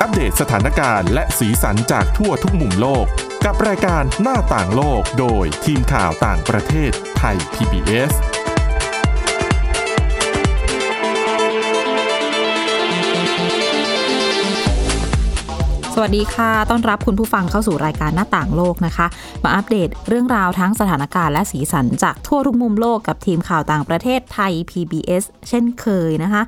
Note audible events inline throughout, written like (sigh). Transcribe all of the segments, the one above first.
อัปเดตสถานการณ์และสีสันจากทั่วทุกมุมโลก กับรายการหน้าต่างโลกโดยทีมข่าวต่างประเทศไทย PBS สวัสดีค่ะ ต้อนรับคุณผู้ฟังเข้าสู่รายการหน้าต่างโลกนะคะ มาอัปเดตเรื่องราวทั้งสถานการณ์และสีสันจากทั่วทุกมุมโลกกับทีมข่าวต่างประเทศไทย PBS เช่นเคยนะคะ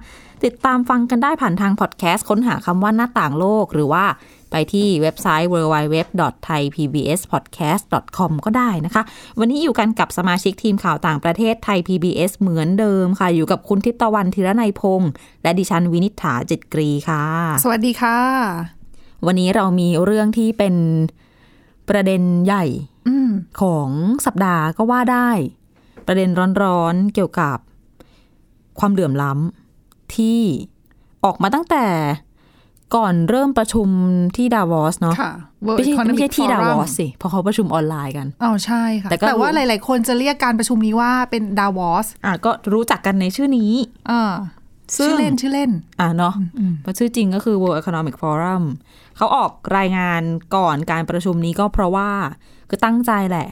ติดตามฟังกันได้ผ่านทางพอดแคสต์ค้นหาคำว่าหน้าต่างโลก หรือว่าไปที่เว็บไซต์ www.thaipbspodcast.com ก็ได้นะคะ วันนี้อยู่กันกับสมาชิกทีมข่าวต่างประเทศไทย PBS เหมือนเดิมค่ะ อยู่กับคุณทิพตะวันธีรนัยพงษ์และดิฉันวินิษฐาจิตกรีค่ะ สวัสดีค่ะ วันนี้เรามีเรื่องที่เป็นประเด็นใหญ่ อืม ของสัปดาห์ก็ว่าได้ ประเด็นร้อนๆเกี่ยวกับความเหลื่อมล้ำที่ออกมาตั้งแต่ก่อนเริ่มประชุมที่ดาวอสเนาะ ค่ะ World ไม่ใช่ Economic ไม่ใช่ที่ดาวอ Forum สสิเพราะเขาประชุมออนไลน์กัน อ๋อใช่ค่ะ แต่ก็ แต่ว่าหลาย ๆ คนจะเรียกการประชุมนี้ว่าเป็นดาวอส อ่ะก็รู้จักกันในชื่อนี้ อ่า ซึ่ง ชื่อเล่นชื่อเล่น อ่ะเนาะเพราะชื่อจริงก็คือ World Economic Forum เขาออกรายงานก่อนการประชุมนี้ก็เพราะว่าคือตั้งใจแหละ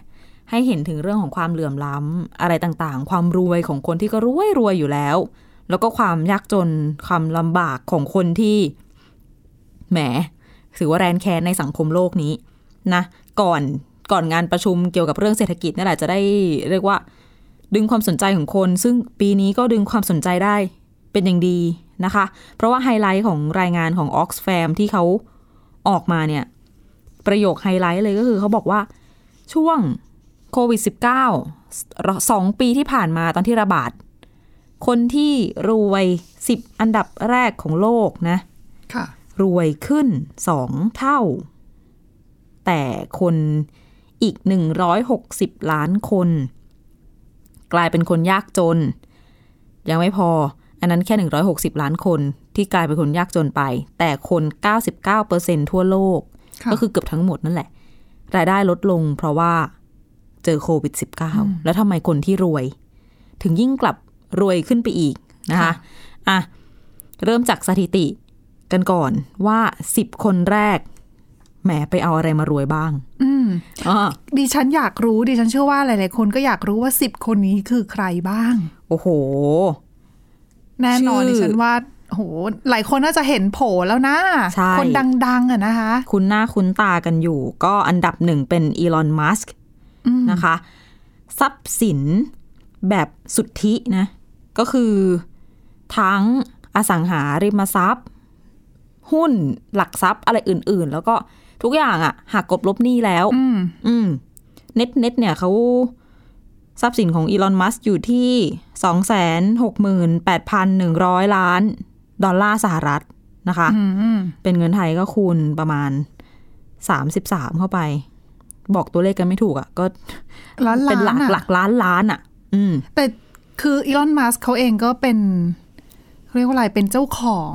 ให้เห็นถึงเรื่องของความเหลื่อมล้ำอะไรต่างๆ ความรวยของคนที่ก็รวยรวยอยู่แล้ว แล้วก็ความยากจนความลำบากของคนที่แหมถือว่าแรนแค้นในสังคมโลกนี้นะก่อนก่อนงานประชุมเกี่ยวกับเรื่องเศรษฐกิจนี่แหละจะได้เรียกว่า ดึงความสนใจของคน ซึ่งปีนี้ก็ดึงความสนใจได้ เป็นอย่างดีนะคะ เพราะว่าไฮไลท์ของรายงานของ Oxfam ที่เขาออกมาเนี่ย ประโยคไฮไลท์เลยก็คือเขาบอกว่าช่วงโควิด -19 สองปีที่ผ่านมาตอนที่ระบาด คนที่รวย 10 อันดับแรกของโลกนะ ค่ะ รวยขึ้น 2 เท่า แต่คนอีก 160 ล้านคน กลายเป็นคนยากจน ยังไม่พอ อันนั้นแค่ 160 ล้านคนที่กลายเป็นคนยากจนไป แต่คน 99%ทั่วโลก ค่ะ ก็คือเกือบทั้งหมดนั่นแหละ รายได้ลดลงเพราะว่าเจอโควิด -19 แล้วทำไมคนที่รวย ถึงยิ่งกลับรวยขึ้นไปอีกนะคะ ค่ะ อ่ะ เริ่มจากสถิติกันก่อนว่า 10 คนแรกแหมไปเอาอะไรมารวยบ้าง อืม อ่ะ ดิฉันอยากรู้ ดิฉันเชื่อว่าหลาย ๆ คนก็อยากรู้ว่าสิบคนนี้คือใครบ้าง โอ้โห แน่นอน ชื่อ ดิฉันว่าโหหลายคนน่าจะเห็นโผล่แล้วนะ ใช่ คนดัง ๆ อะนะคะ คุ้นหน้าคุ้นตากันอยู่ ก็อันดับหนึ่งเป็นอีลอนมัสก์ อืม นะคะ ทรัพย์สินแบบสุทธินะ ก็คือทั้งอสังหาริมทรัพย์ หุ้นหลักทรัพย์อะไรอื่น ๆ แล้วก็ทุกอย่างอะหักกลบลบหนี้แล้ว อืม อืมเน็ตเน็ตเนี่ยเขาทรัพย์สินของอีลอนมัสอยู่ที่สองแสนหกหมื่นแปดพันหนึ่งร้อยล้าน ดอลลาร์สหรัฐนะคะ อืม เป็นเงินไทยก็คูณประมาณสามสิบสามเข้าไป บอกตัวเลขกันไม่ถูกอะ่ะ ก็ ล้านๆ เป็นหลัก อะ หลักล้านล้านอะ่ะ อืม แต่คืออีลอนมัสเขาเองก็เป็นเขาเรียกว่าอะไรเป็นเจ้าของ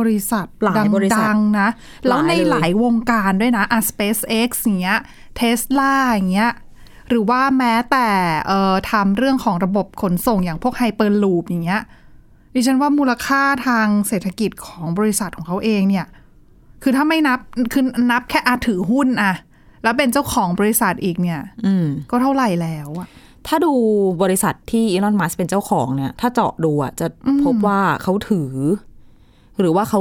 บริษัท หลายบริษัท ดังๆนะ แล้วใน ห ห ลา ลายย เลยว งการด้วยนะอ่ะ SpaceX อย่างเงี้ย Tesla อย่างเงี้ย หรือว่าแม้แต่เอ่อทำเรื่องของระบบขนส่งอย่างพวกไฮเปอร์ลูปอย่างเงี้ยดิฉันว่ามูลค่าทางเศรษฐกิจของบริษัทของเขาเองเนี่ย คือถ้าไม่นับคือนับแค่อาถือหุ้นอะแล้วเป็นเจ้าของบริษัทอีกเนี่ย อืม ก็เท่าไหร่แล้วอะ ถ้าดูบริษัทที่อีลอนมัสเป็นเจ้าของเนี่ย ถ้าเจาะดูอ่ะจะพบว่าเขาถือ หรือว่าเขา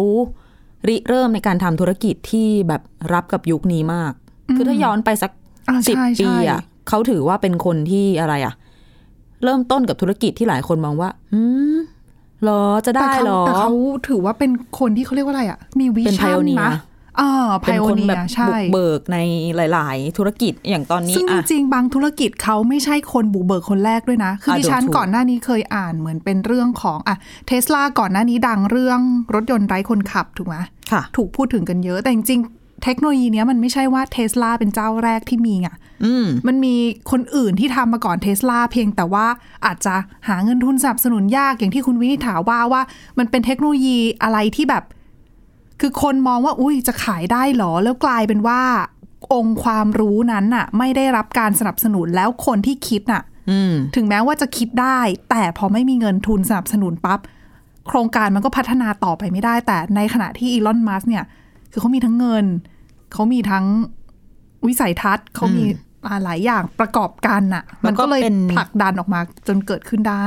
ริเริ่มในการทำธุรกิจที่แบบรับกับยุคนี้มาก คือถ้าย้อนไปสัก อ่า สิบ ใช่ ปี ใช่ อ่ะเขาถือว่าเป็นคนที่อะไรอ่ะ เริ่มต้นกับธุรกิจที่หลายคนมองว่าอืมเหรอจะได้เหรอ แต่เขาถือว่าเป็นคนที่เขาเรียกว่าอะไรอ่ะ มีวิ เป็น ชั่น pioneer นะเออพา เป็น ย คน เนี แบ ย บ ใช่ บุกเบิกในหลาย ๆ ธุรกิจอย่างตอนนี้ ซึ่งจ อ่ะ ริงๆ บางธุรกิจเขาไม่ใช่คนบุกเบิกคนแรกด้วยนะ คือ อ่ะ ดิฉัน ถูกๆ ก่อนหน้านี้เคยอ่านเหมือนเป็นเรื่องของอ่ะเทสลาก่อนหน้านี้ดังเรื่องรถยนต์ไร้คนขับถูกไหม ค่ะ ถูกพูดถึงกันเยอะ แต่จริงๆ เทคโนโลยีเนี้ยมันไม่ใช่ว่าเทสลาเป็นเจ้าแรกที่มีไง อืม มันมีคนอื่นที่ทำมาก่อนเทสลาเพียงแต่ว่าอาจจะหาเงินทุนสนับสนุนยากอย่างที่คุณวินิษฐาว่าว่า มันเป็นเทคโนโลยีอะไรที่แบบ คือคนมองว่า อุ้ยจะขายได้เหรอ แล้วกลายเป็นว่า องค์ความรู้นั้นน่ะ ไม่ได้รับการสนับสนุนแล้วคนที่คิดน่ะ อืม ถึงแม้ว่าจะคิดได้ แต่พอไม่มีเงินทุนสนับสนุนปั๊บ โครงการมันก็พัฒนาต่อไปไม่ได้ แต่ในขณะที่อีลอนมัสเนี่ย คือเขามีทั้งเงิน เขามีทั้งวิสัยทัศน์เขามีอ่าหลายอย่างประกอบกันน่ะ มันก็เลย แล้วก็เป็น ผลักดันออกมาจนเกิดขึ้นได้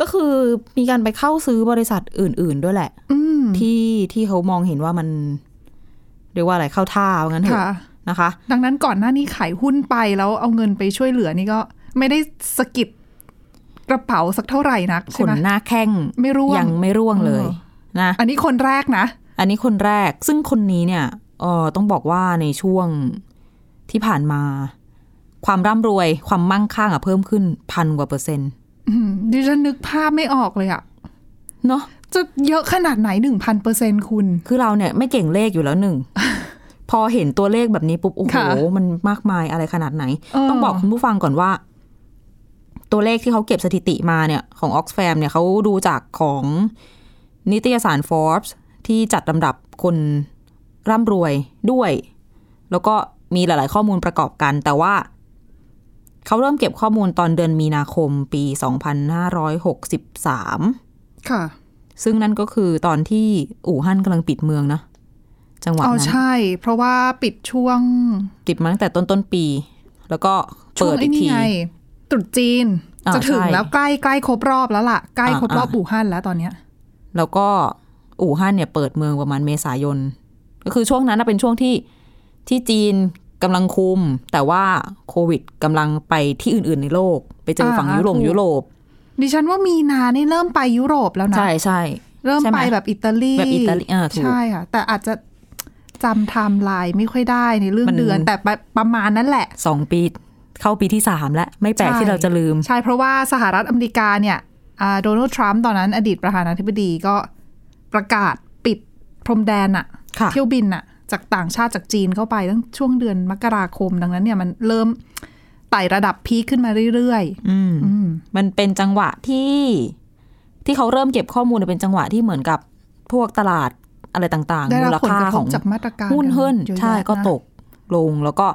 ก็คือมีการไปเข้าซื้อบริษัทอื่น ๆ ด้วยแหละ อืม ที่ที่เขามองเห็นว่ามันเรียกว่าอะไรเข้าท่าว่างั้นเถอะ ค่ะ นะคะ ดังนั้นก่อนหน้านี้ขายหุ้นไปแล้วเอาเงินไปช่วยเหลือนี่ก็ไม่ได้สะกิดกระเป๋าสักเท่าไหร่นัก ข ใช่ น ไหม หน้าแข้ง ไม่ร่ว ยัง งไม่ร่วงเลย เอ นะ อันนี้คนแรกนะ อันนี้คนแรกซึ่งคนนี้เนี่ยเออต้องบอกว่าในช่วงที่ผ่านมา ความร่ำรวยความมั่งคั่งอะเพิ่มขึ้นพันกว่าเปอร์เซ็นต์ อืมดิฉันนึกภาพไม่ออกเลยอะ เนาะ จะเยอะขนาดไหนหนึ่งพันเปอร์เซ็นคุณ คือเราเนี่ยไม่เก่งเลขอยู่แล้วห (laughs) นึ่ง พอเห็นตัวเลขแบบนี้ปุ๊บ โอ้โห ค่ะ มันมากมายอะไรขนาดไหน เออ ต้องบอกคุณผู้ฟังก่อนว่า ตัวเลขที่เขาเก็บสถิติมาเนี่ย ของออกซฟมเนี่ยเขาดูจากของนิตยสาร Forbes ที่จัดลำดับคนร่ำรวยด้วย แล้วก็มีหลาย ๆ ข้อมูลประกอบกัน แต่ว่า เขาเริ่มเก็บข้อมูลตอนเดือนมีนาคมปี 2563 ค่ะ ซึ่งนั่นก็คือตอนที่อู่ฮั่นกำลังปิดเมืองนะ จังหวะ อ๋อ นั้น ใช่ เพราะว่าปิดช่วง ติดมาตั้งแต่ต้นต้นๆปี แล้วก็ ช่ว เปิ ง ด ไอ้ อีก นี่ ที ไงตรุษจีน อ่า จะถึง ใช่ แล้วใกล้ใกล้ครบรอบแล้วล่ะ ใกล้ อ่า ครบรอบ อ่า อู่ฮั่นแล้วตอนเนี้ย แล้วก็อู่ฮั่นเนี่ยเปิดเมืองประมาณเมษายน ก็คือช่วงนั้นนะเป็นช่วงที่ที่จีนกำลังคุม แต่ว่าโควิดกำลังไปที่อื่น ๆ ในโลก ไปเจอฝั่ง อ่า ยุโรป ถูก ยุโรป ดิฉันว่ามีนานี่เริ่มไปยุโรปแล้วนะ ใช่ใช่ เริ่ม ใช่ไหม ไปแบบอิตาลี แบบอิตาลีอ่าถูก ใช่ค่ะ แต่อาจจะจำไทม์ไลน์ไม่ค่อยได้ในเรื่อง มัน เดือน แต่ประประมาณนั้นแหละ สองปีเข้าปีที่สามแล้ว ไม่แปลก ใช่ ที่เราจะลืม ใช่เพราะว่าสหรัฐอเมริกาเนี่ยอ่าโดนัลด์ทรัมป์ตอนนั้นอดีตประธานาธิบดีก็ประกาศปิดพรมแดนอะ ค่ะ เที่ยวบินอะจากต่างชาติจากจีนเข้าไปตั้งช่วงเดือนมกราคมดังนั้นเนี่ยมันเริ่มไต่ระดับพีคขึ้นมาเรื่อย อืม ๆอืม มันเป็นจังหวะที่ที่เขาเริ่มเก็บข้อมูลเนี่ยเป็นจังหวะที่เหมือนกับพวกตลาดอะไรต่าง ได้ ๆ รั มูลบผล ค่าก ระท ข บ อง จากมาตรการ หุ้นเฮิน เยอะแยะ ใช่ก็ นะ ตกลงแล้วก็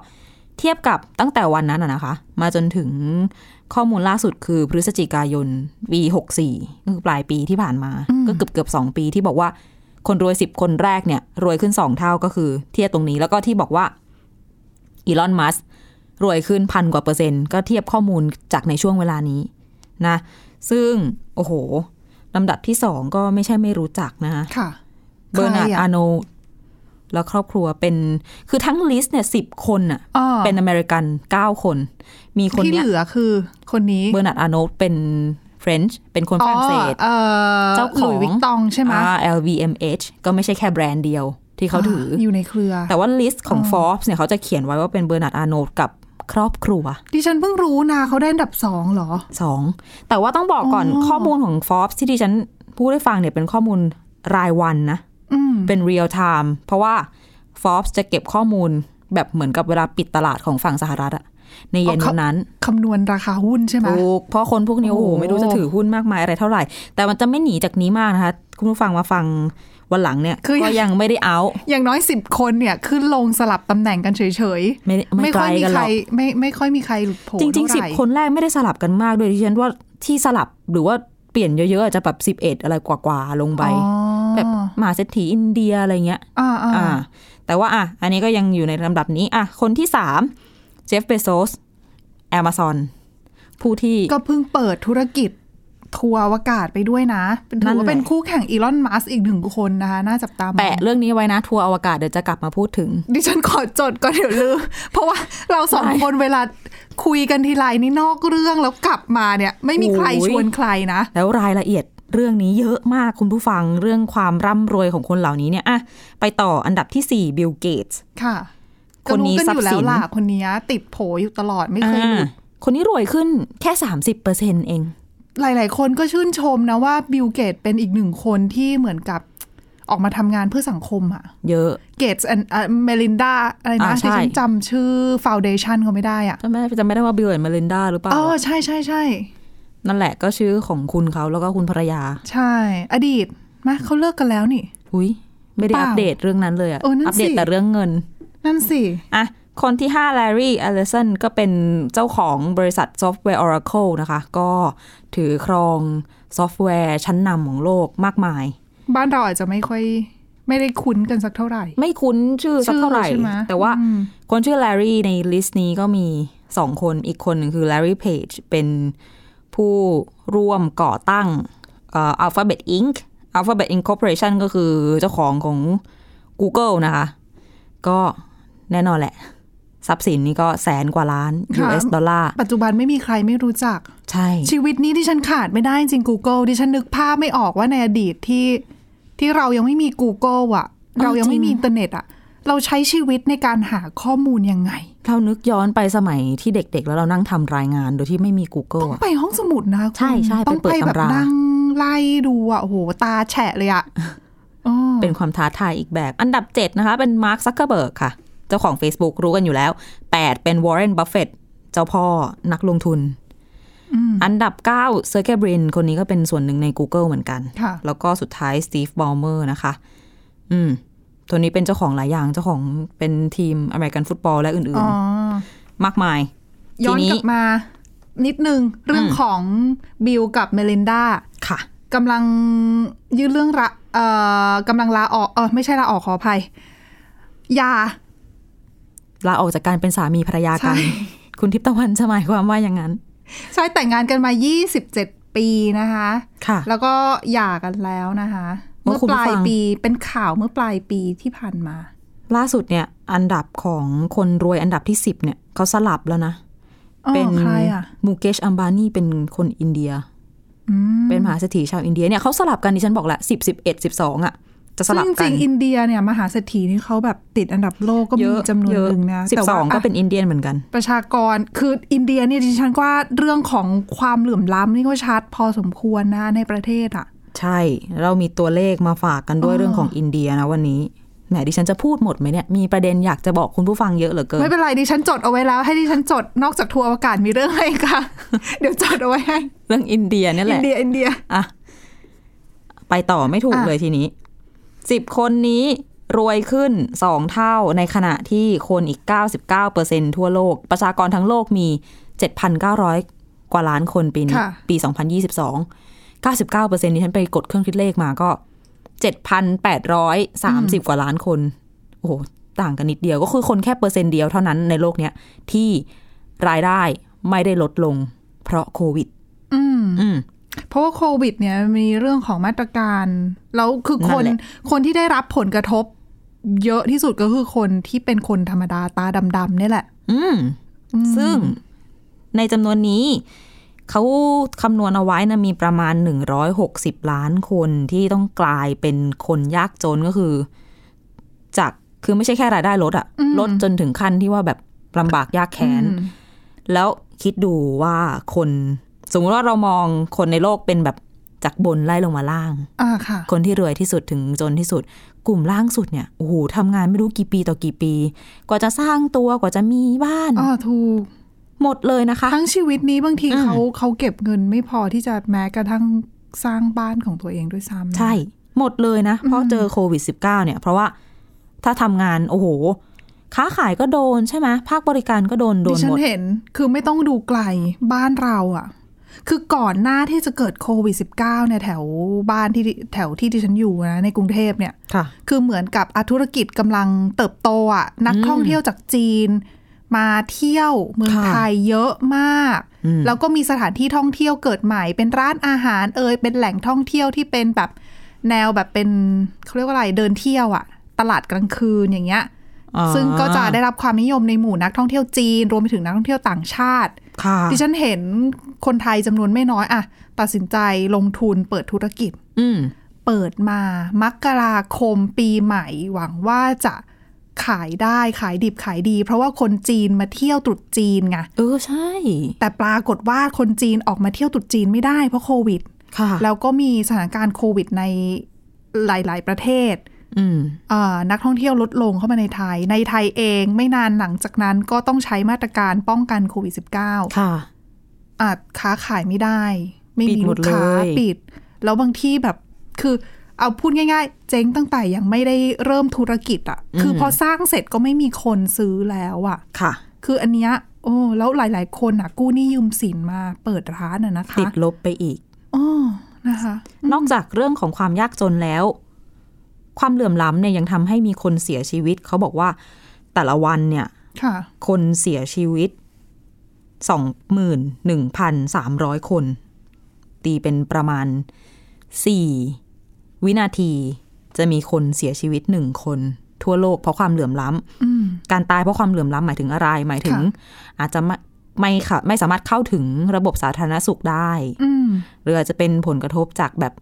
เทียบกับตั้งแต่วันนั้นอะนะคะ มาจนถึงข้อมูลล่าสุดคือพฤศจิกายนปี64ก็คือปลายปีที่ผ่านมา ก็เกือบเกือบสองปีที่บอกว่าคนรวยสิบคนแรกเนี่ย รวยขึ้นสองเท่าก็คือเทียบตรงนี้แล้วก็ที่บอกว่าอีลอนมัสรวยขึ้นพันกว่าเปอร์เซ็นต์ก็เทียบข้อมูลจากในช่วงเวลานี้นะ ซึ่งโอ้โหลำดับที่สองก็ไม่ใช่ไม่รู้จักนะคะ ค่ะ เบอร์นาร์ด ใค อาร์โนลด์และครอบครัวเป็นคือทั้งลิสต์เนี่ยสิบคนอ่ะ อ่า เป็นอเมริกันเก้าคน มีคน ที่ เนี้ เห ย ลือคือคนนี้ เบอร์นาร์ดอาร์โนลด์เป็นเฟรนช์เป็นคนฝรั่งเศส อ๋ออ่อ เจ้าของ หลุยส์วิกตองใช่ไหม อ่า LVMH ก็ไม่ใช่แค่แบรนด์เดียวที่เขาถืออ อยู่ในเครือ แต่ว่าลิสต์ของ Forbes เนี่ยเขาจะเขียนไว้ว่าเป็นเบอร์นาร์ดอาร์โนลด์กับครอบครัว ดิฉันเพิ่งรู้นะเขาได้อันดับสองเหรอ สองแต่ว่าต้องบอกก่อน อ๋อ ข้อมูลของ Forbes ที่ดิฉันพูดให้ฟังเนี่ยเป็นข้อมูลรายวันนะ อืม เป็น real time เพราะว่า Forbes จะเก็บข้อมูลแบบเหมือนกับเวลาปิดตลาดของฝั่งสหรัฐอะในเย็นวัอ๋อเขา นนั้น คำนวณราคาหุ้นใช่ไหม ถูกเพราะคนพวกนี้โอ้โห โอ้ ไม่รู้จะถือหุ้นมากมายอะไรเท่าไหร่ แต่มันจะไม่หนีจากนี้มากนะคะ คุณผู้ฟังมาฟังวันหลังเนี่ย ก็ยังไม่ได้เอา อย่างน้อยสิบคนเนี่ย ขึ้นลงสลับตำแหน่งกันเฉย ไม่ ๆ ไม่ ไม่ ไกล ค่อยมี กันห ใค รอรก ไม่ไม่ค่อยมีใครหลุดโผล่ จริงๆสิบเท่าไห คนแรกไม่ได้สลับกันมากด้วยดิฉันว่าที่สลับหรือว่าเปลี่ยนเยอะๆอาจจะแบบสิบเอ็ดอะไรกว่าๆลงไป อ๋อ แบบมหาเศรษฐีอินเดียอะไรเงี้ย อ่าอ่า อ่าแต่ว่าอ่ะอันนี้ก็ยังอยู่ในลำดับนี้อ่ะคนที่สามเจฟเบโซส Amazon ผู้ที่ ก็เพิ่งเปิดธุรกิจทัวร์อวกาศไปด้วยนะเป็น นั่ ถื นแหละอว่าเป็นคู่แข่งอีลอนมัสอีกหนึ่งคนนะคะ น่าจับตามอง แปะเรื่องนี้ไว้นะ ทัวร์อวกาศเดี๋ยวจะกลับมาพูดถึง ดิฉันขอจดก่อนเดี๋ยวลืม (laughs) เพราะว่าเราสอง ได้ คนเวลาคุยกันทีไรนี่นอกเรื่องแล้วกลับมาเนี่ย ไม่มีใคร โอ้ย ชวนใครนะ แล้วรายละเอียดเรื่องนี้เยอะมากคุณผู้ฟังเรื่องความร่ำรวยของคนเหล่านี้เนี่ยอ่ะไปต่ออันดับที่สี่บิลเกตส์ ค่ะ คนนี้ ก็รู้กัอทรัยู่พย์สินแล้วล่ะคนนี้ติดโผอยู่ตลอดไม่เคยหลุด คนนี้รวยขึ้นแค่ 30%เอง หลาย ๆ คนก็ชื่นชมนะว่าบิลเกตเป็นอีกหนึ่งคนที่เหมือนกับออกมาทำงานเพื่อสังคมอะ เยอะ เกตส์เมลินดาอะไรนะ อ่าใช่ ดิฉันจำชื่อฟาวเดชันเขาไม่ได้อะ จำไม่ได้จำไม่ได้ว่าบิลแอนด์เมลินดาหรือเปล่า อ๋อใช่ใช่ใช่ นั่นแหละก็ชื่อของคุณเขาแล้วก็คุณภรรยา ใช่ อดีตมาเขาเลิกกันแล้วนี่ อุ้ยไม่ได้ เปล่า อัปเดตเรื่องนั้นเลยอะ เออนั่นสิ อัปเดตแต่เรื่องเงิน นั่นสิ อ่ะ คนที่5 Larry Ellison ก็เป็นเจ้าของบริษัทซอฟต์แวร์ Oracle นะคะ ก็ถือครองซอฟต์แวร์ชั้นนำของโลกมากมาย บ้านเราอาจจะไม่ค่อย ไม่ได้คุ้นกันสักเท่าไหร่ ไม่คุ้นชื่อสักเท่าไหร่ ชื่อใช่ไหม แต่ว่า อืม คนชื่อแลรี่ในลิสต์นี้ก็มีสองคนอีกคนหนึ่งคือแลรี่เพจเป็นผู้ร่วมก่อตั้งอัลฟาเบตอิงค์อัลฟาเบตอินคอร์ปอเรชันก็คือเจ้าของของ Google นะคะ ก็แน่นอนแหละ ทรัพย์สินนี่ก็แสนกว่าล้าน ค่ะ US ดอลลาร์ ปัจจุบันไม่มีใครไม่รู้จัก ใช่ ชีวิตนี้ที่ฉันขาดไม่ได้จริง Google ดิฉันนึกภาพไม่ออกว่าในอดีตที่ที่เรายังไม่มี Google อะเรายังไม่มีอินเทอร์เน็ตอะเราใช้ชีวิตในการหาข้อมูลยังไง เรานึกย้อนไปสมัยที่เด็กๆ แล้วเรานั่งทำรายงานโดยที่ไม่มี Google อะ ไปห้องสมุดนะคุณ ใช่ใช่ไป ต้อง เปิด ไปแบบ ตำรา นั่งไล่ดูอะโอ้โห ตาแฉะเลย (laughs) อะอ๋อ เป็นความท้าทายอีกแบบ อันดับ 7 นะคะ เป็นมาร์คซักเคอร์เบิร์กค่ะ เจ้าของ Facebook รู้กันอยู่แล้ว 8 เป็นวอร์เรนบัฟเฟตเจ้าพ่อนักลงทุน อันดับ 9 เซอร์เกบรินคนนี้ก็เป็นส่วนหนึ่งใน Google เหมือนกัน ค่ะ แล้วก็สุดท้ายสตีฟบอลเมอร์นะคะ อืม ตัวนี้เป็นเจ้าของหลายอย่างเจ้าของเป็นทีมอเมริกันฟุตบอลและอื่ อ๋ น อ ๆ มากมาย ย้อนกลับมา นิดนึง เรื่องของบิลกับเมลินดา ค่ะ กำลังยื่นเรื่องละเอ่อกำลังลาออก เออไม่ใช่ลาออกขออภัยหยา ลาออกจากการเป็นสามีภรรยากัน ใช่ คุณทิพย์ตะวันจะหมายความว่าอย่างนั้น ใช่แต่งงานกันมา 27 ปีนะคะ ค่ะ แล้วก็หย่ากันแล้วนะคะ โอ้ เมื่อ คุณ ป ผู้ ลา ฟั ย ง ปีเป็นข่าวเมื่อปลายปีที่ผ่านมา ล่าสุดเนี่ยอันดับของคนรวยอันดับที่ 10เนี่ยเขาสลับแล้วนะ เป็ เป็น น ใครอ่ะ มูเกชอัมบานีเป็นคนอินเดีย อืม เป็นมหาเศรษฐีชาวอินเดียเนี่ยเขาสลับกันดิฉันบอกละสิบสิบเอ็ดสิบสองอ่ะ จะส ซึ่ ลั ง บ จ กั ริ น งๆอินเดียเนี่ยมหาเศรษฐีนี่เขาแบบติดอันดับโลกก็มีจำนวนหนึ่งนะ สิบ แต่ สอ ว่าง ก็เป็นอินเดียนเหมือนกัน ประชากรคืออินเดียเนี่ยดิฉันว่าเรื่องของความเหลื่อมล้ำนี่ก็ชัดพอสมควรนะในประเทศอ่ะ ใช่ เรามีตัวเลขมาฝากกันด้วยเรื่องของอินเดียนะวันนี้แหมดิฉันจะพูดหมดไหมเนี่ยมีประเด็นอยากจะบอกคุณผู้ฟังเยอะเหลือเกิน ไม่เป็นไรดิฉันจดเอาไว้แล้ว ให้ดิฉันจดนอกจากทัวร์อากาศมีเรื่องอะไรอีกค่ะ เดี๋ยวจดเอาไว้ให้ เรื่องอินเดียเนี่ยแห อิ ละ นเดียอินเดีย อะไปต่อไม่ถูก อ่ะ เลยทีนี้สิบคนนี้รวยขึ้นสองเท่าในขณะที่คนอีก 99%ทั่วโลก ประชากรทั้งโลกมี 7,900 กว่าล้านคนปีนี้ ค่ะ ปี 2022 99%นี้ฉันไปกดเครื่องคิดเลขมาก็ 7,830 กว่าล้านคน โอ้โห ต่างกันนิดเดียวก็คือคนแค่เปอร์เซ็นต์เดียวเท่านั้นในโลกเนี้ยที่รายได้ไม่ได้ลดลง เพราะโควิด อืม อืม เพราะว่าโควิด เนี่ยมีเรื่องของมาตรการ แล้วคือคน นั่นแหละ คนที่ได้รับผลกระทบ เยอะที่สุดก็คือคนที่เป็นคนธรรมดาตาดำๆเนี่ยแหละ อืม ซึ่งในจำนวนนี้เขาคำนวณเอาไว้นะมีประมาณ 160 ล้านคนที่ต้องกลายเป็นคนยากจนก็คือ จากคือไม่ใช่แค่รายได้ลดอะ อืม ลดจนถึงขั้นที่ว่าแบบลำบากยากแค้น อืม แล้วคิดดูว่าคน สมมติว่าเรามองคนในโลกเป็นแบบจากบนไล่ลงมาล่าง อ่าค่ะ คนที่รวยที่สุดถึงจนที่สุด กลุ่มล่างสุดเนี่ยโอ้โหทำงานไม่รู้กี่ปีต่อกี่ปี กว่าจะสร้างตัวกว่าจะมีบ้าน อ๋อถูก หมดเลยนะคะ ทั้งชีวิตนี้บางที อืม เขาเขาเก็บเงินไม่พอที่จะแม้กระทั่งสร้างบ้านของตัวเองด้วยซ้ำนะ ใช่ หมดเลยนะ เพราะเจอโควิด -19 เนี่ย เพราะว่าถ้าทำงาน โอ้โห ค้าขายก็โดนใช่ไหมภาคบริการก็โดน โด ดิ น ฉั หมด เห็นคือไม่ต้องดูไกลบ้านเราอะคือก่อนหน้าที่จะเกิดโควิด -19 เนี่ยแถวบ้านที่แถวที่ดิฉันอยู่นะในกรุงเทพเนี่ย ค่ะ คือเหมือนกับอะธุรกิจกำลังเติบโตอะนัก อืม ท่องเที่ยวจากจีน มาเที่ยวเมือง ค่ะ ไทยเยอะมาก อืม แล้วก็มีสถานที่ท่องเที่ยวเกิดใหม่ เป็นร้านอาหารเอ่ยเป็นแหล่งท่องเที่ยวที่เป็นแบบแนวแบบเป็นเขาเรียกว่าอะไรเดินเที่ยวอะตลาดกลางคืนอย่างเงี้ย อ่า ซึ่งก็จะได้รับความนิยมในหมู่นักท่องเที่ยวจีน รวมไปถึงนักท่องเที่ยวต่างชาติ ค่ะ ที่ฉันเห็นคนไทยจำนวนไม่น้อยอะตัดสินใจลงทุนเปิดธุรกิจ อืม เปิดมา มกราคมปีใหม่ หวังว่าจะขายได้ขายดิบขายดี เพราะว่าคนจีนมาเที่ยวตรุษจีนไง เออ ใช่ แต่ปรากฏว่าคนจีนออกมาเที่ยวตรุษจีนไม่ได้เพราะโควิด ค่ะ แล้วก็มีสถานการณ์โควิดในหลาย ๆ ประเทศ อืม เอ่อนักท่องเที่ยวลดลงเข้ามาในไทย ในไทยเองไม่นานหลังจากนั้นก็ต้องใช้มาตรการป้องกันโควิด -19 ค่ะ อาจค้าขายไม่ได้ ไม่ ปิ มี ดหม ลู ด กค้า เลย ปิด แล้วบางที่แบบคือเอาพูดง่ายๆ เจ๊งตั้งแต่ยังไม่ได้เริ่มธุรกิจอะ่ะ คือพอสร้างเสร็จก็ไม่มีคนซื้อแล้วอะ่ะ ค่ะ คืออันเนี้ยโอ้แล้วหลายๆ คนอะ่ะ กู้หนี้ยืมสินมาเปิดร้านอะนะคะ ติดลบไปอีก อ๋อนะคะ นอกจากเรื่องของความยากจนแล้ว ความเหลื่อมล้ำเนี่ยยังทำให้มีคนเสียชีวิต เขาบอกว่าแต่ละวันเนี่ย ค่ะ คนเสียชีวิต 21,300 คน ตีเป็นประมาณ 4 วินาที จะมีคนเสียชีวิตหนึ่งคน ทั่วโลกเพราะความเหลื่อมล้ อืม ำการตายเพราะความเหลื่อมล้ำหมายถึงอะไร หมายถึง ค่ะ อาจจะไม่ไม่ค่ะไม่สามารถเข้าถึงระบบสาธารณสุขได้ อืม หรืออาจจะเป็นผลกระทบจากแบบ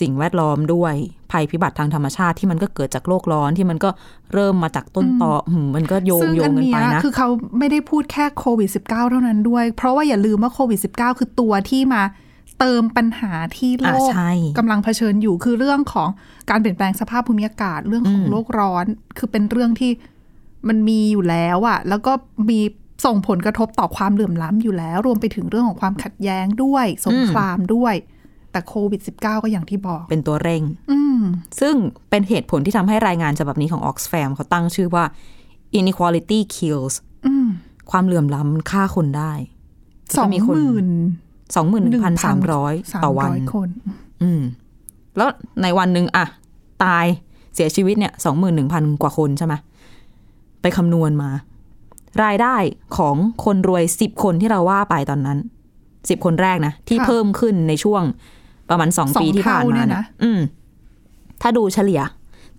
สิ่งแวดล้อมด้วย ภัยพิบัติทางธรรมชาติที่มันก็เกิดจากโลกร้อนที่มันก็เริ่มมาจากต้นตออมมันก็โยง ซึ่ง โย อั ง น กัน เนี้ ไป ย นะ คือเขาไม่ได้พูดแค่โควิด -19 เท่านั้นด้วย เพราะว่าอย่าลืมว่าโควิด -19 คือตัวที่มาเติมปัญหาที่โลก อ่าใช่ กำลังเผชิญอยู่คือเรื่องของการเปลี่ยนแปลงสภาพภูมิอากาศเรื่องของ อืม โลกร้อน คือเป็นเรื่องที่มันมีอยู่แล้วอะแล้วก็มีส่งผลกระทบต่อความเหลื่อมล้ำอยู่แล้ว รวมไปถึงเรื่องของความขัดแย้งด้วย สงครามด้วย แต่โควิด -19 ก็อย่างที่บอก เป็นตัวเร่ง อืม ซึ่งเป็นเหตุผลที่ทำให้รายงานฉบับนี้ของ Oxfam เขาตั้งชื่อว่า inequality kills อืม ความเหลื่อมล้ำฆ่าคนได้ สองหมื่น 21,300 ต่อวัน 1,300คน อืม แล้วในวันหนึ่งอะตายเสียชีวิตเนี่ย21,000 กว่าคนใช่ไหมไปคำนวณมา รายได้ของคนรวย 10 คนที่เราว่าไปตอนนั้น 10 คนแรกนะ ที่ ค่ะ เพิ่มขึ้นในช่วงประมาณ 2 ปีที่ผ่านมาเนี่ยอืม ถ้าดูเฉลี่ย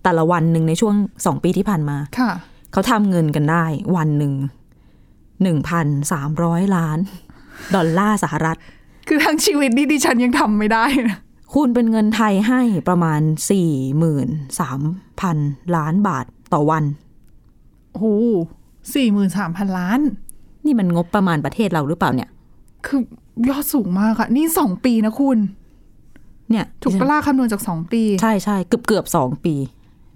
แต่ละวันหนึ่งในช่วง 2 ปีที่ผ่านมา ค่ะ เขาทำเงินกันได้วันหนึ่งหนึ่งพันสามร้อยล้าน ดอลลาร์สหรัฐ คือทั้งชีวิตนี่ดิฉันยังทำไม่ได้นะ คูณเป็นเงินไทยให้ประมาณสี่หมื่นสามพันล้านบาทต่อวัน โอ้โหสี่หมื่นสามพันล้าน นี่มันงบประมาณประเทศเราหรือเปล่าเนี่ย คือยอดสูงมากอะนี่สองปีนะคุณ เนี่ย ถูกปะล่าคำนวณจากสองปี ใช่ใช่เกือบเกือบสองปี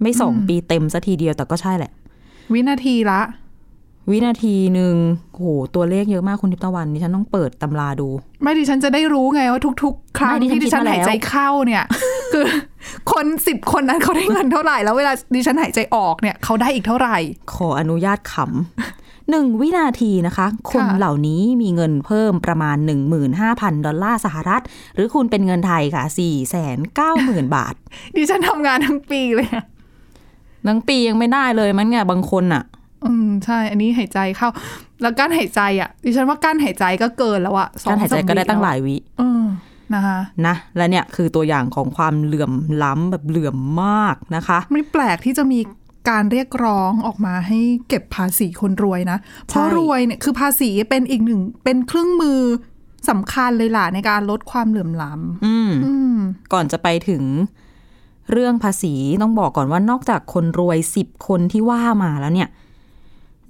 ไม่สองปีเต็มสัทีเดียวแต่ก็ใช่แหละ วินาทีละ วินาทีหนึ่งโหตัวเลขเยอะมากคุณทิพย์ตะวันดิฉันต้องเปิดตำราดู ไม่ดิฉันจะได้รู้ไงว่าทุก ๆ ครั้ง ไม่ดิฉัน ที่ดิฉัน คิดมาแล้ว หายใจเข้าเนี่ย คือคนสิบคนนั้นเขาได้เงินเท่าไหร่ แล้วเวลาดิฉันหายใจออกเนี่ยเขาได้อีกเท่าไหร่ ขออนุญาตขำ (laughs) หนึ่งวินาทีนะคะ คนเหล่านี้มีเงินเพิ่มประมาณ 15,000 ดอลลาร์สหรัฐ หรือคุณเป็นเงินไทยค่ะ 490,000 บาท ดิฉันทำงานทั้งปีเลยอะ ทั้งปียังไม่ได้เลยมันเนี่ยบางคนอะ อืมใช่ อันนี้หายใจเข้า แล้วการหายใจอะดิฉันว่าการหายใจก็เกินแล้วอะสอง การหายใจ สม ก็ได้ตั้งหลายวิ เออนะคะ นะ และเนี่ยคือตัวอย่างของความเหลื่อมล้ำแบบเหลื่อมมากนะคะ ไม่แปลกที่จะมีการเรียกร้องออกมาให้เก็บภาษีคนรวยนะ เพราะรวยเนี่ยคือภาษีเป็นอีกหนึ่ง เป็นเครื่องมือสำคัญเลยล่ะในการลดความเหลื่อมล้ อืม ำอืม ก่อนจะไปถึงเรื่องภาษีต้องบอกก่อนว่านอกจากคนรวยสิบคนที่ว่ามาแล้วเนี่ย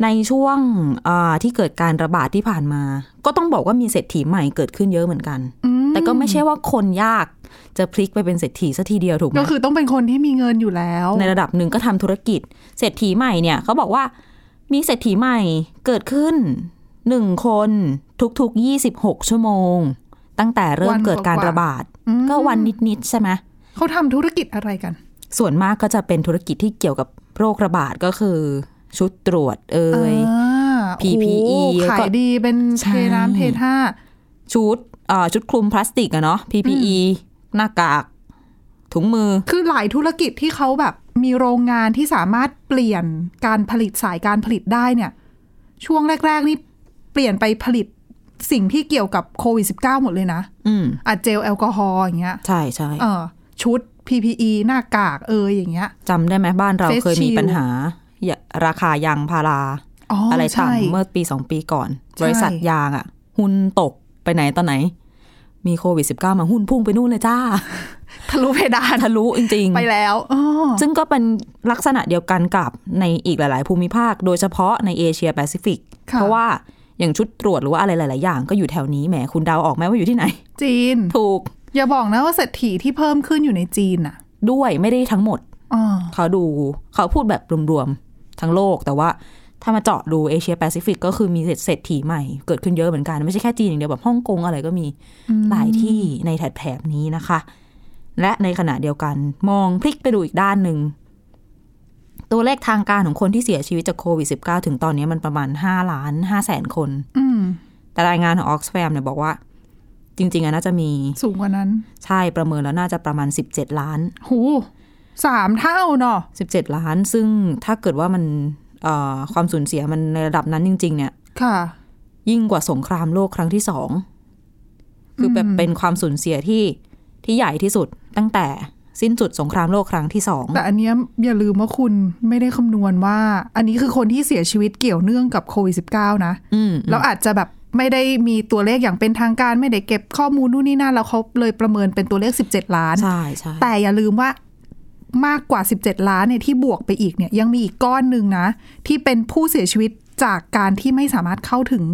ในช่วงอ่าที่เกิดการระบาดที่ผ่านมา ก็ต้องบอกว่ามีเศรษฐีใหม่เกิดขึ้นเยอะเหมือนกัน อืม แต่ก็ไม่ใช่ว่าคนยากจะพลิกไปเป็นเศรษฐีซะทีเดียวถูกไหม ก็คือต้องเป็นคนที่มีเงินอยู่แล้ว ในระดับหนึ่งก็ทำธุรกิจ เศรษฐีใหม่เนี่ยเขาบอกว่ามีเศรษฐีใหม่เกิดขึ้นหนึ่งคนทุกๆ26 ชั่วโมง ตั้งแต่เริ่ม วัน เกิดการ กว่าๆ ระบาด อืม ก็วันนิดๆใช่ไหม เขาทำธุรกิจอะไรกัน ส่วนมากก็จะเป็นธุรกิจที่เกี่ยวกับโรคระบาดก็คือ ชุดตรวจเอ่ เอย อ PPE แล้วก็ ขายดีเป็น ใช่ เทน้ำเทท่า ชุดเอ่อชุดคลุมพลาสติกอะเนาะ PPE หน้ากาก ถุงมือ คือหลายธุรกิจที่เขาแบบมีโรงงานที่สามารถเปลี่ยนการผลิตสายการผลิตได้เนี่ย ช่วงแรก ๆ นี่เปลี่ยนไปผลิตสิ่งที่เกี่ยวกับโควิด -19 หมดเลยนะ อืม อะเจลแอลกอฮอล์อย่างเงี้ย ใช่ใช่ เออชุด PPE หน้ากากเอออย่างเงี้ย จำได้ไหมบ้านเรา Face เคยมี shield ปัญหา ราคายางพารา อ๋ออ อะไร ใช่ ต่ำเมื่อปีสองปีก่อน ใช่ บริษัทยางอะหุ้นตกไปไหนตอนไหน มีโควิด -19 มาหุ้นพุ่งไปนู่นเลยจ้า ทะลุเพดาน ทะลุจริง ๆ ไปแล้วอ๋อ ซึ่งก็เป็นลักษณะเดียวกันกับในอีกหลาย ๆ ภูมิภาค โดยเฉพาะในเอเชียแปซิฟิก ค่ เพราะว่าอย่างชุดตรวจหรือว่าอะไรหลาย ๆ อย่างก็อยู่แถวนี้แหมคุณเดาออกไหมว่าอยู่ที่ไหน จีน ถูก อย่าบอกนะว่าเศรษฐีที่เพิ่มขึ้นอยู่ในจีนอ่ะ ด้วยไม่ได้ทั้งหมด อ๋อ เขาดูเขาพูดแบบรวม ๆ ทั้งโลกแต่ว่าถ้ามาเจาะดูเอเชียแปซิฟิกก็คือมีเศรษฐีใหม่เกิดขึ้นเยอะเหมือนกัน ไม่ใช่แค่จีนอย่างเดียวแบบฮ่องกงอะไรก็มีหลายที่ในแถบๆนี้นะคะ และในขณะเดียวกันมองพลิกไปดูอีกด้านหนึ่ง ตัวเลขทางการของคนที่เสียชีวิตจากโควิด -19 ถึงตอนนี้มันประมาณ5ล้าน5แสนคน อืม แต่รายงานของ Oxfam เนี่ยบอกว่า จริง ๆอะน่าจะมี สูงกว่านั้น ใช่ประเมินแล้วน่าจะประมาณ 17 ล้าน หู สามเท่าเนาะ 17 ล้าน ซึ่งถ้าเกิดว่ามันเอ่อความสูญเสียมันในระดับนั้นจริง ๆ เนี่ย ค่ะ ยิ่งกว่าสงครามโลกครั้งที่สองคือแบบเป็นความสูญเสียที่ที่ใหญ่ที่สุดตั้งแต่สิ้นสุดสงครามโลกครั้งที่สอง แต่อันเนี้ยอย่าลืมว่าคุณไม่ได้คำนวณว่า อันนี้คือคนที่เสียชีวิตเกี่ยวเนื่องกับโควิด -19 นะ อืม แล้วอาจจะแบบไม่ได้มีตัวเลขอย่างเป็นทางการไม่ได้เก็บข้อมูลนู่นนี่นั่นแล้วเขาเลยประเมินเป็นตัวเลข 17 ล้าน ใช่ใช่ แต่อย่าลืมว่ามากกว่า 17 ล้านเนี่ยที่บวกไปอีกเนี่ยยังมีอีกก้อนหนึ่งนะ ที่เป็นผู้เสียชีวิตจากการที่ไม่สามารถเข้าถึง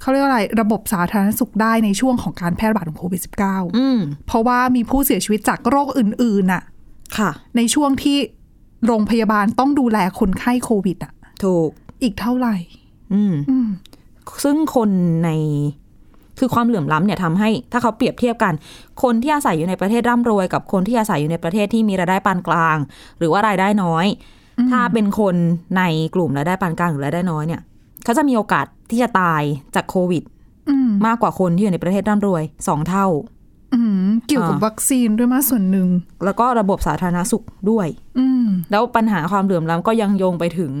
เขาเรียกว่าอะไรระบบสาธารณสุขได้ในช่วงของการแพร่ระบาดของโควิด -19 อืม เพราะว่ามีผู้เสียชีวิตจากโรคอื่นๆน่ะ ค่ะ ในช่วงที่โรงพยาบาลต้องดูแลคนไข้โควิดอ่ะ ถูก อีกเท่าไหร่ อืม อืม ซึ่งคนในคือความเหลื่อมล้ำเนี่ยทำให้ ถ้าเขาเปรียบเทียบกัน คนที่อาศัยอยู่ในประเทศร่ำรวยกับคนที่อาศัยอยู่ในประเทศที่มีรายได้ปานกลาง หรือว่ารายได้น้อย ถ้าเป็นคนในกลุ่มรายได้ปานกลางหรือรายได้น้อยเนี่ย เขาจะมีโอกาสที่จะตายจากโควิด อืม มากกว่าคนที่อยู่ในประเทศร่ำรวยสองเท่า อืมเกี่ยวกับ อ่า วัคซีนด้วยมาส่วนหนึ่ง แล้วก็ระบบสาธารณสุขด้วย อืม แล้วปัญหาความเหลื่อมล้ำก็ยังโยงไปถึง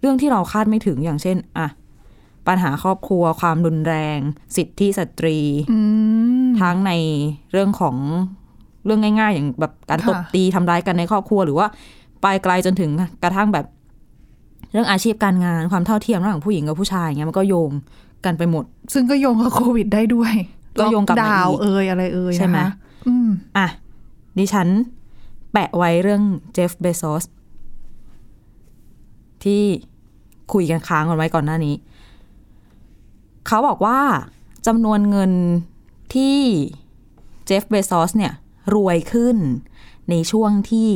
เรื่องที่เราคาดไม่ถึงอย่างเช่นอะปัญหาครอบครัว ความรุนแรง สิทธิสตรี อืม ทั้งในเรื่องของเรื่องง่าย ๆ อย่างแบบการ ค่ะ ตบตีทำร้ายกันในครอบครัว หรือว่าไปไกลจนถึงกระทั่งแบบ เรื่องอาชีพการงานความเท่าเทียมระหว่างผู้หญิงกับผู้ชายอย่างเงี้ยมันก็โยงกันไปหมด ซึ่งก็โยงกับโควิดได้ด้วย ก็โยงกลับมาอีก ดาวน์เอ่ยอะไรเอ่ย ใช่ไหม นะคะอืม อ่ะดิฉันแปะไว้เรื่องเจฟเบซอสที่คุยกันค้างกันไว้ก่อนหน้านี้ เขาบอกว่าจำนวนเงินที่เจฟเบซอสเนี่ยรวยขึ้นในช่วงที่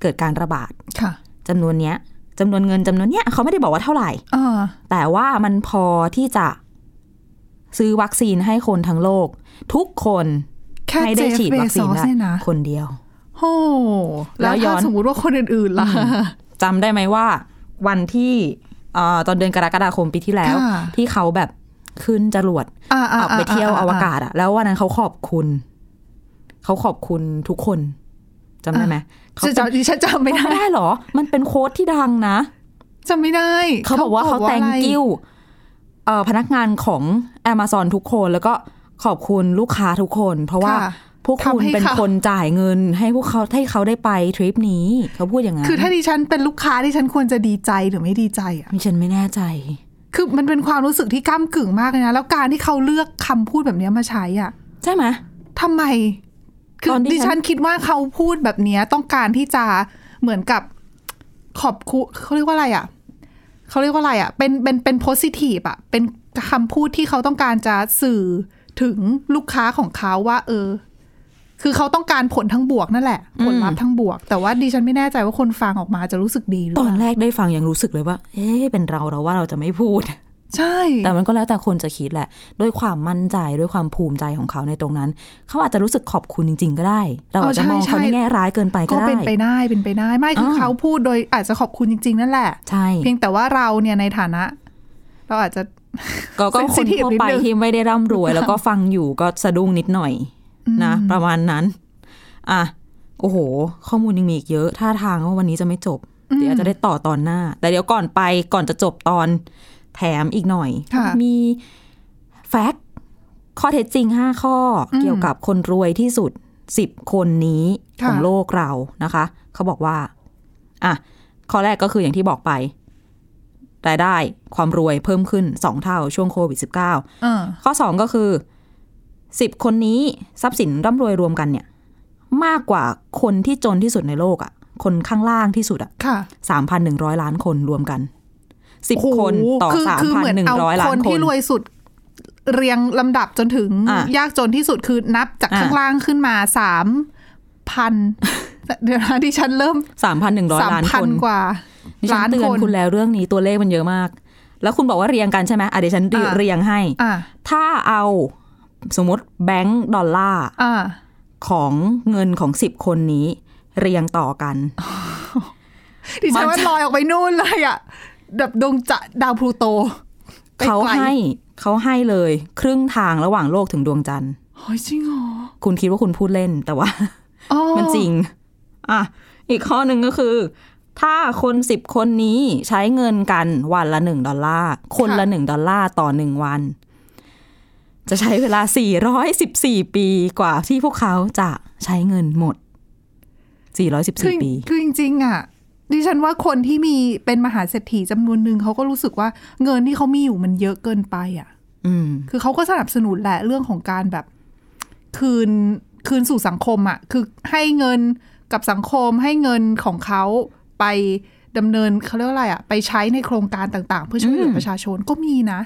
เกิดการระบาด ค่ะ จำนวนเนี้ยจำนวนเงินจำนวนเนี้ยเขาไม่ได้บอกว่าเท่าไหร่ อ่า แต่ว่ามันพอที่จะซื้อวัคซีนให้คนทั้งโลก ทุกคน แค่ ให้ เจ ได้ ฟ ฉีด เบ วัค ซ ซี อน ส ได้ เนี่ยนะ คนเดียว โอ้แล้ว แล้วย้ ถ้า อน สมมติว่าคนอื่นๆล่ะ จำได้ไหมว่าวันที่เอ่อตอนเดือนกรกฎาคมปีที่แล้ว ค่ะ ที่เขาแบบขึ้นจรวด อ่า ออกไปเที่ยวอว ศ กาศอะแล้ววันนั้นเขาขอบคุณ เขาขอบคุณทุกคนจำได้ อ่ะ ไหมเขา จะ เป็น จำดิฉันจำไม่ได้ (laughs) จำไม่ได้เหรอ มันเป็นโค้ดที่ดังนะ จำไม่ได้ เขาบอกว่าเขา อะไร thank you เอ่อพนักงานของ Amazon ทุกคนแล้วก็ขอบคุณลูกค้าทุกคน เพราะว่า ค่ะ พวกคุณ ทำให้ เป็น เขา คนจ่ายเงิน ให้พวกเขาให้เขาได้ไปทริปนี้ เขาพูดอย่างนั้น คือถ้าดิฉันเป็นลูกค้าดิฉันควรจะดีใจหรือไม่ดีใจอ่ะ ดิฉันไม่แน่ใจ คือมันเป็นความรู้สึกที่ก้ากึ่งมากเลยนะ แล้วการที่เขาเลือกคำพูดแบบเนี้ยมาใช้อ่ะ ใช่ไหม ทำไม คื ต อ อนที่ ดิ ฉั ฉั น นคิดว่าเขาพูดแบบเนี้ยต้องการที่จะเหมือนกับขอบคุณเขาเรียกว่าอะไรอ่ะเขาเรียกว่าอะไรอ่ะเป็นเป็นเป็นโพสิทีฟอ่ะเป็นคำพูดที่เขาต้องการจะสื่อถึงลูกค้าของเขาว่า เออ คือเขาต้องการผลทั้งบวกนั่นแหละ ผลลัพธ์ทั้งบวก แต่ว่าดิฉันไม่แน่ใจว่าคนฟังออกมาจะรู้สึกดีหรือ ตอ เป น ล่า แรกได้ฟังยังรู้สึกเลยว่า เอ๊ะ เป็นเราเราว่าเราจะไม่พูด (laughs) ใช่ แต่มันก็แล้วแต่คนจะคิดแหละ ด้วยความมั่นใจด้วยความภูมิใจของเขาในตรงนั้น เขาอาจจะรู้สึกขอบคุณจริง ๆ ก็ได้ เราอาจจะมองเขาในแง่ร้ายเกินไปก็ ก็ ได้ เป็นไปได้เป็นไปได้ ไม่คืออา เขาพูดโดยอาจจะขอบคุณจริง ๆ นั่นแหละ ใช่ (laughs) เพียงแต่ว่าเราเนี่ยในฐานะ เราอาจจะ ก็ก็คน sensitive ทั่วไป นิดนึง ที่ไม่ได้ร่ำ (laughs) รวย แล้วก็ฟังอยู่ก็สะดุ้งนิดหน่อยนะ ประมาณนั้น อ่ะโอ้โห ข้อมูลยังมีอีกเยอะท่าทางว่าวันนี้จะไม่จบ เดี๋ยวจะได้ต่อตอนหน้า แต่เดี๋ยวก่อนไปก่อนจะจบตอนแถมอีกหน่อย ค่ะ มีแฟกต์ข้อเท็จจริง 5 ข้ออเกี่ยวกับคนรวยที่สุด 10 คนนี้ข ค่ะ องโลกเรานะคะ เขาบอกว่า อ่ะ ข้อแรกก็คืออย่างที่บอกไป รายได้ความรวยเพิ่มขึ้น 2 เท่าช่วงโควิด -19 เออ ข้อ 2 ก็คือ 10 คนนี้ทรัพย์สินร่ำรวยรวมกันเนี่ย มากกว่าคนที่จนที่สุดในโลกอะ่ะ คนข้างล่างที่สุดอ่ะ ค่ะ 3,100 ล้านคนรวมกัน โอ้10โหคนต่อ คืคืเหมืเา 3,100 ล้าน คน ค ที่ น รวยสุด เรียงลำดับจนถึง อ่ะ ยากจนที่สุดคือนับจาก อ่ะ ข้างล่างขึ้นมาสามพัน (laughs) เดี๋ยวนะที่ฉันเริ่มสา 3,100 ม ล้าน พั คน น กว่า ดิฉั ล้าน นเตื ค อน น คุณแล้วเรื่องนี้ตัวเลขมันเยอะมาก แล้วคุณบอกว่าเรียงกันใช่ไหมอ่ะเดี๋ยวฉันเรีย อ่ะ เรียงให้ อ่ะ ถ้าเอาสมมติแบงก์ดอลลาร์ อ่ะ ของเงินของ 10 คนนี้ เรียงต่อกัน ดิฉัน มัน ว่าลอยออกไปนู่นเลยอ่ะแบบดวงจะดาวพลูโตไป เขา ไกล ให้เขาให้เลย ครึ่งทางระหว่างโลกถึงดวงจันทร์ เฮ้ยจริงเหรอ คุณคิดว่าคุณพูดเล่นแต่ว่า อ๋อ มันจริง อ่ะอีกข้อหนึ่งก็คือ ถ้าคนสิบคนนี้ใช้เงินกันวันละหนึ่งดอลลาร์คนละ ค่ะ หนึ่งดอลลาร์ต่อหนึ่งวัน จะใช้เวลา 414 ปีกว่าที่พวกเขาจะใช้เงินหมด คือ 414 ปี คือจริงๆอ่ะดิฉันว่าคนที่มีเป็นมหาเศรษฐีจำนวนหนึ่งเขาก็รู้สึกว่าเงินที่เขามีอยู่มันเยอะเกินไปอ่ะ อืม คือเขาก็สนับสนุนแหละเรื่องของการแบบ คืนคืนสู่สังคมอะ่ะ คือให้เงินกับสังคมให้เงินของเขาไปดำเนินเขาเรียกว่าอะไรอะ่ะ ไปใช้ในโครงการต่างๆ เพื่อช่วยเหลือประชาชนก็มีนะ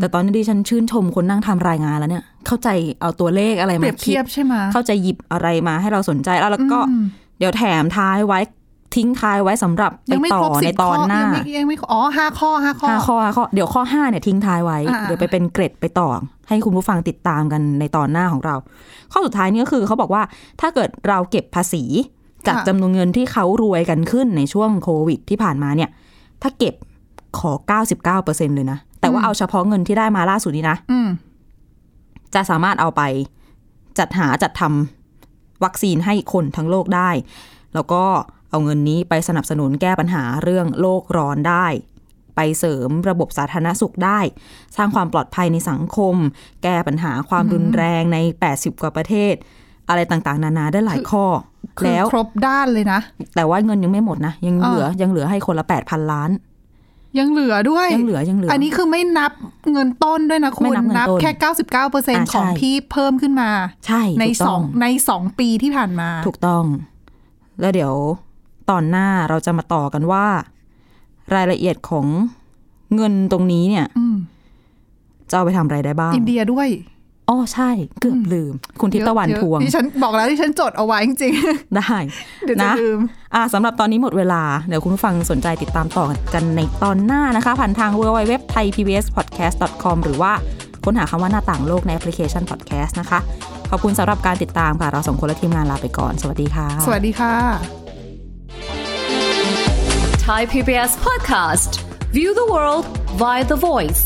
แต่ตอนนี้ดิฉันชื่นชมคนนั่งทำรายงานแล้วเนี่ย เข้าใจเอาตัวเลขอะไร เปรี มาย บ คิ เทีย ด บใช่ไหม เข้าใจหยิบอะไรมาให้เราสนใจแล้วแล้วก็ อืม เดี๋ยวแถมท้ายไว้ทิ้งท้ายไว้สำหรับไป ยังไม่ ต่ ครบ อ สิ ใน บ ต ข้ อ อน หน้า ยังไม่ยังไม่อ๋อห้าข้อห้าข้อ ห้าข้อห้าข้อเดี๋ยวข้อห้าเนี่ยทิ้งท้ายไว้ อ่า เดี๋ยวไปเป็นเกร็ดไปต่อ ให้คุณผู้ฟังติดตามกันในตอนหน้าของเรา ข้อสุดท้ายนี่ก็คือเขาบอกว่าถ้าเกิดเราเก็บภาษี จากจำนวนเงินที่เขารวยกันขึ้นในช่วงโควิดที่ผ่านมาเนี่ย ถ้าเก็บขอ 99%เลยนะ แต่ว่าเอาเฉพาะเงินที่ได้มาล่าสุดนี้นะ อืม จะสามารถเอาไปจัดหาจัดทำวัคซีนให้คนทั้งโลกได้ แล้วก็เอาเงินนี้ไปสนับสนุนแก้ปัญหาเรื่องโลกร้อนได้ ไปเสริมระบบสาธารณสุขได้ สร้างความปลอดภัยในสังคม แก้ปัญหาความรุนแรงใน 80 กว่าประเทศ อะไรต่างๆ นานาได้หลายข้อ คือ แล้ว ครบด้านเลยนะ แต่ว่าเงินยังไม่หมดนะ ยัง อ่า เหลือยังเหลือให้คนละ 8,000 ล้าน ยังเหลือด้วย ยังเหลือยังเหลืออ อันนี้คือไม่นับเงินต้นด้วยนะคุณ ไม่นับเงินต้น แค่ 99เปอร์เซ็น อ่า ต์ ใช่ ของที่เพิ่มขึ้นมา ใช่ ใน ถูก ส ต้ องในสองปีที่ผ่านมา ถูกต้อง แล้วเดี๋ยวตอนหน้าเราจะมาต่อกันว่า รายละเอียดของเงินตรงนี้เนี่ย อืม จะเอาไปทำอะไรได้บ้าง อินเดียด้วย อ๋อใช่เกือบลืม คุณทิพย์ตะวัน เยอ ทวง ดิฉันบอกแล้วดิฉันจดเอาไว้จริง ได้ (laughs) ๆ เดี๋ยวจะ นะ ลืม อ่าสำหรับตอนนี้หมดเวลา เดี๋ยวคุณผู้ฟังสนใจติดตามต่อกันในตอนหน้านะคะ ผ่านทาง www thai pbs podcast com หรือว่าค้นหาคำว่าหน้าต่างโลกในแอปพลิเคชัน podcast นะคะ ขอบคุณสำหรับการติดตามค่ะ เราสองคนและทีมงานลาไปก่อน สวัสดีค่ะ สวัสดีค่ะ Thai PBS podcast. View the world via the voice.